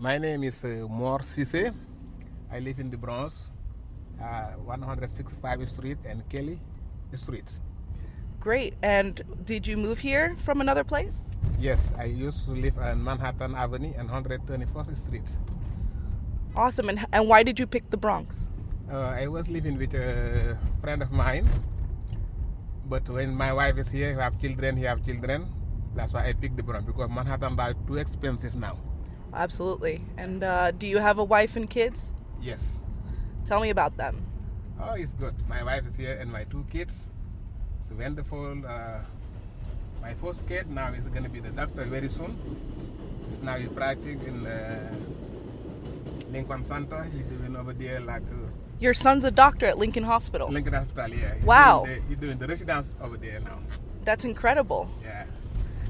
name is uh, Mor Sisse. I live in the Bronx, uh, 165 Street and Kelly Street. Great. And did you move here from another place? Yes, I used to live on Manhattan Avenue and 121st Street. Awesome. And, and why did you pick the Bronx? Uh, I was living with a friend of mine, but when my wife is here, he have children, he have children. That's why I picked the Bronx because Manhattan are too expensive now. Absolutely. And uh, do you have a wife and kids? Yes. Tell me about them. Oh, it's good. My wife is here and my two kids. It's wonderful. Uh, my first kid now is going to be the doctor very soon. He's now in practice in uh, Lincoln Center. He's doing over there like uh, Your son's a doctor at Lincoln Hospital. Lincoln Hospital. Yeah. He's Wow. Doing the, he's doing the residence over there now. That's incredible. Yeah.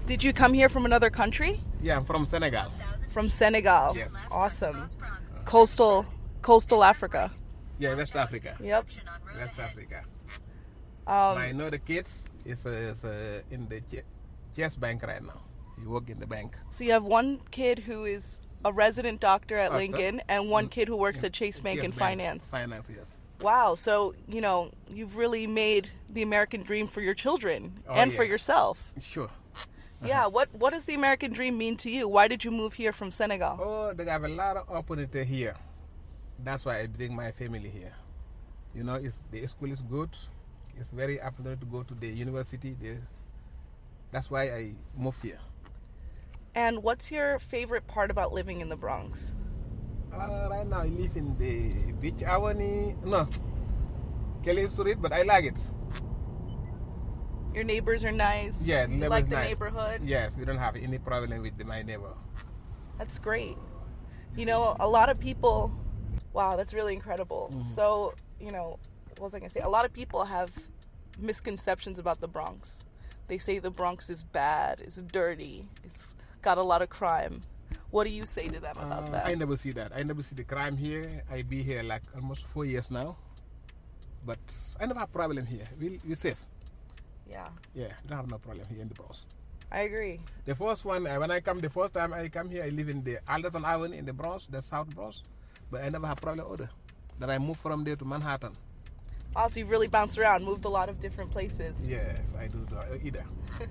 Did you come here from another country? Yeah, I'm from Senegal. From Senegal. Yes. Awesome. Coastal coastal Africa. Yeah, West Africa. Yep. West Africa. my Um, another kids is, uh, is uh, in the Ch- Chess Bank right now. He work in the bank. so you have one kid who is a resident doctor at Doctor. Mm. Lincoln and one kid who works In at Chase Bank Chase in finance. Finance, yes. Wow. So, you know, you've really made the American dream for your children Oh, and for yeah. Uh-huh. yourself. Sure. Yeah. What What does the American dream mean to you? Why did you move here from Senegal? Oh, they have a lot of opportunity here. That's why I bring my family here. You know, it's, the school is good. It's very opportunity to go to the university. There's, that's why I moved here. And what's your favorite part about living in the Bronx? Uh, right now, I live in the Beach Avenue. No, Kelly Street, but I like it. Your neighbors are nice. Yeah, you neighbor's like the nice. neighborhood. Yes, we don't have any problem with the, my neighbor. That's great. You know, a lot of people. Wow, that's really incredible. Mm-hmm. So, you know, what was I gonna say? A lot of people have misconceptions about the Bronx. They say the Bronx is bad, it's dirty, it's got a lot of crime. What do you say to them about Uh, that? I never see that. I never see the crime here. I be here like almost four years now, but I never have problem here. We we safe. Yeah, Yeah, we don't have no problem here in the Bronx. I agragree. The first one uh, when I come, the first time I come here, I live in the Alderton Avenue in the Bronx, the South Bronx, but I never have problem order. Then I moved from there to Manhattan. Also, you've really bounced around, moved a lot of different places. Yes, I do do either.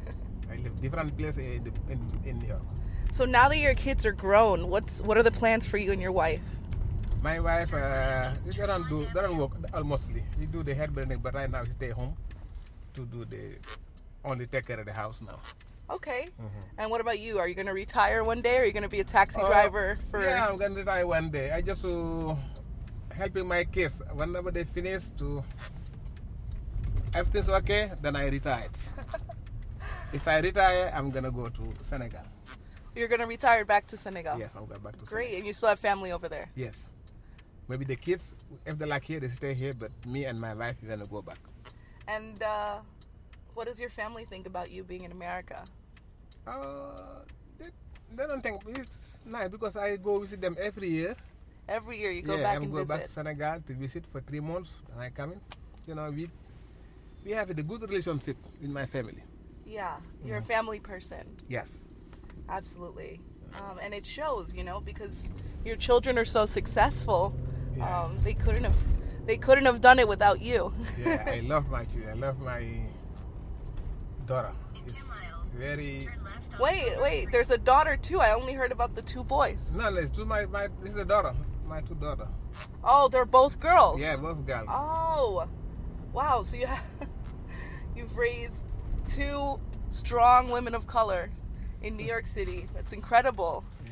I live different place in, the, in in New York. So now that your kids are grown, what's what are the plans for you and your wife? My wife, uh, she don't do, don't work almostly. He do the head burning, but right now he stay home to do the only take care of the house now. Okay. And what about you? Are you going to retire one day? Or are you going to be a taxi driver Mm-hmm. Uh, for? Yeah, I'm gonna retire one day. I just uh, helping my kids. Whenever they finish to everything's okay, then I retire. if I retire, I'm gonna go to Senegal. You're going to retire back to Senegal. Yes, I'm going back to Oh, Great. Senegal. And you still have family over there. Yes. Maybe the kids, if they like here, they stay here. But me and my wife, we're gonna go back. And uh, what does your family think about you being in America? Uh, they, they don't think it's nice because I go visit them every year. Every year you go yeah, back I'm and go visit. back to Senegal to visit for three months, and I come in. You know, we we have a good relationship with my family. Yeah, you're a family person. Yes. Absolutely. Um, and it shows, you know, because your children are so successful. Um, they couldn't have they couldn't have done it without you. Yeah, I love my children. I love my daughter. It's very. wait, wait, there's a daughter too. I only heard about the two boys. No, no, it's to my my. This is a daughter. My two daughter. Oh, they're both girls. Yeah, both girls. Oh. Wow, so you have, you've raised two strong women of color in New York City. That's incredible. Yeah.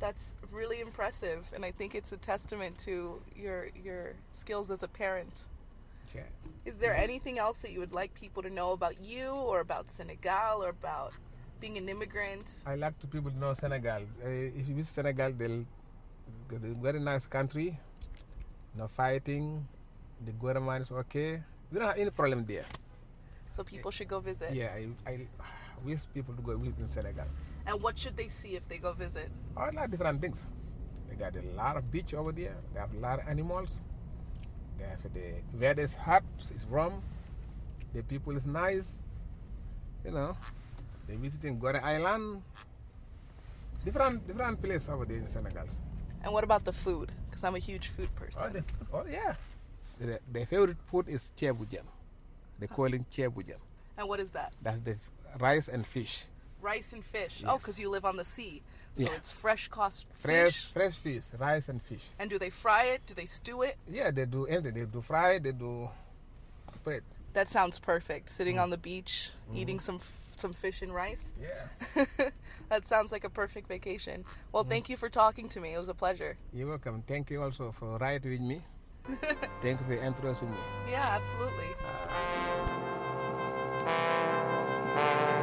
That's really impressive and I think it's a testament to your your skills as a parent. Okay. Is there anything else that you would like people to know about you or about Senegal or about being an immigrant? I like to people know Senegal. Uh, if you visit Senegal, they'll because it's a very nice country. No fighting. The government is okay. We don't have any problem there. So people should go visit. Yeah, I, I wish people to go visit in Senegal. And what should they see if they go visit? A lot of different things. They got a lot of beach over there. They have a lot of animals. They have the weather is hot, it's warm. The people is nice. You know, they visiting Gore Island. Different different place over there in Senegal. And what about the food? Because I'm a huge food person. Oh, the, oh yeah. The, the favorite food is chebujan. They call it chebujan. And what is that? That's the f- rice and fish. Rice and fish. Oh, 'cause Oh, Yes. because you live on the sea, so Yeah. it's fresh cost Fresh fish. fresh fish, rice and fish. And do they fry it? Do they stew it? Yeah, they do everything. They do fry, they do spread. That sounds perfect. Sitting on the beach, Mm-hmm. eating some f- some fish and rice. Yeah. that sounds like a perfect vacation. Well, Mm. thank you for talking to me. It was a pleasure. You're welcome. Thank you also for ride with me. Thank you for your interest in me. Yeah, absolutely.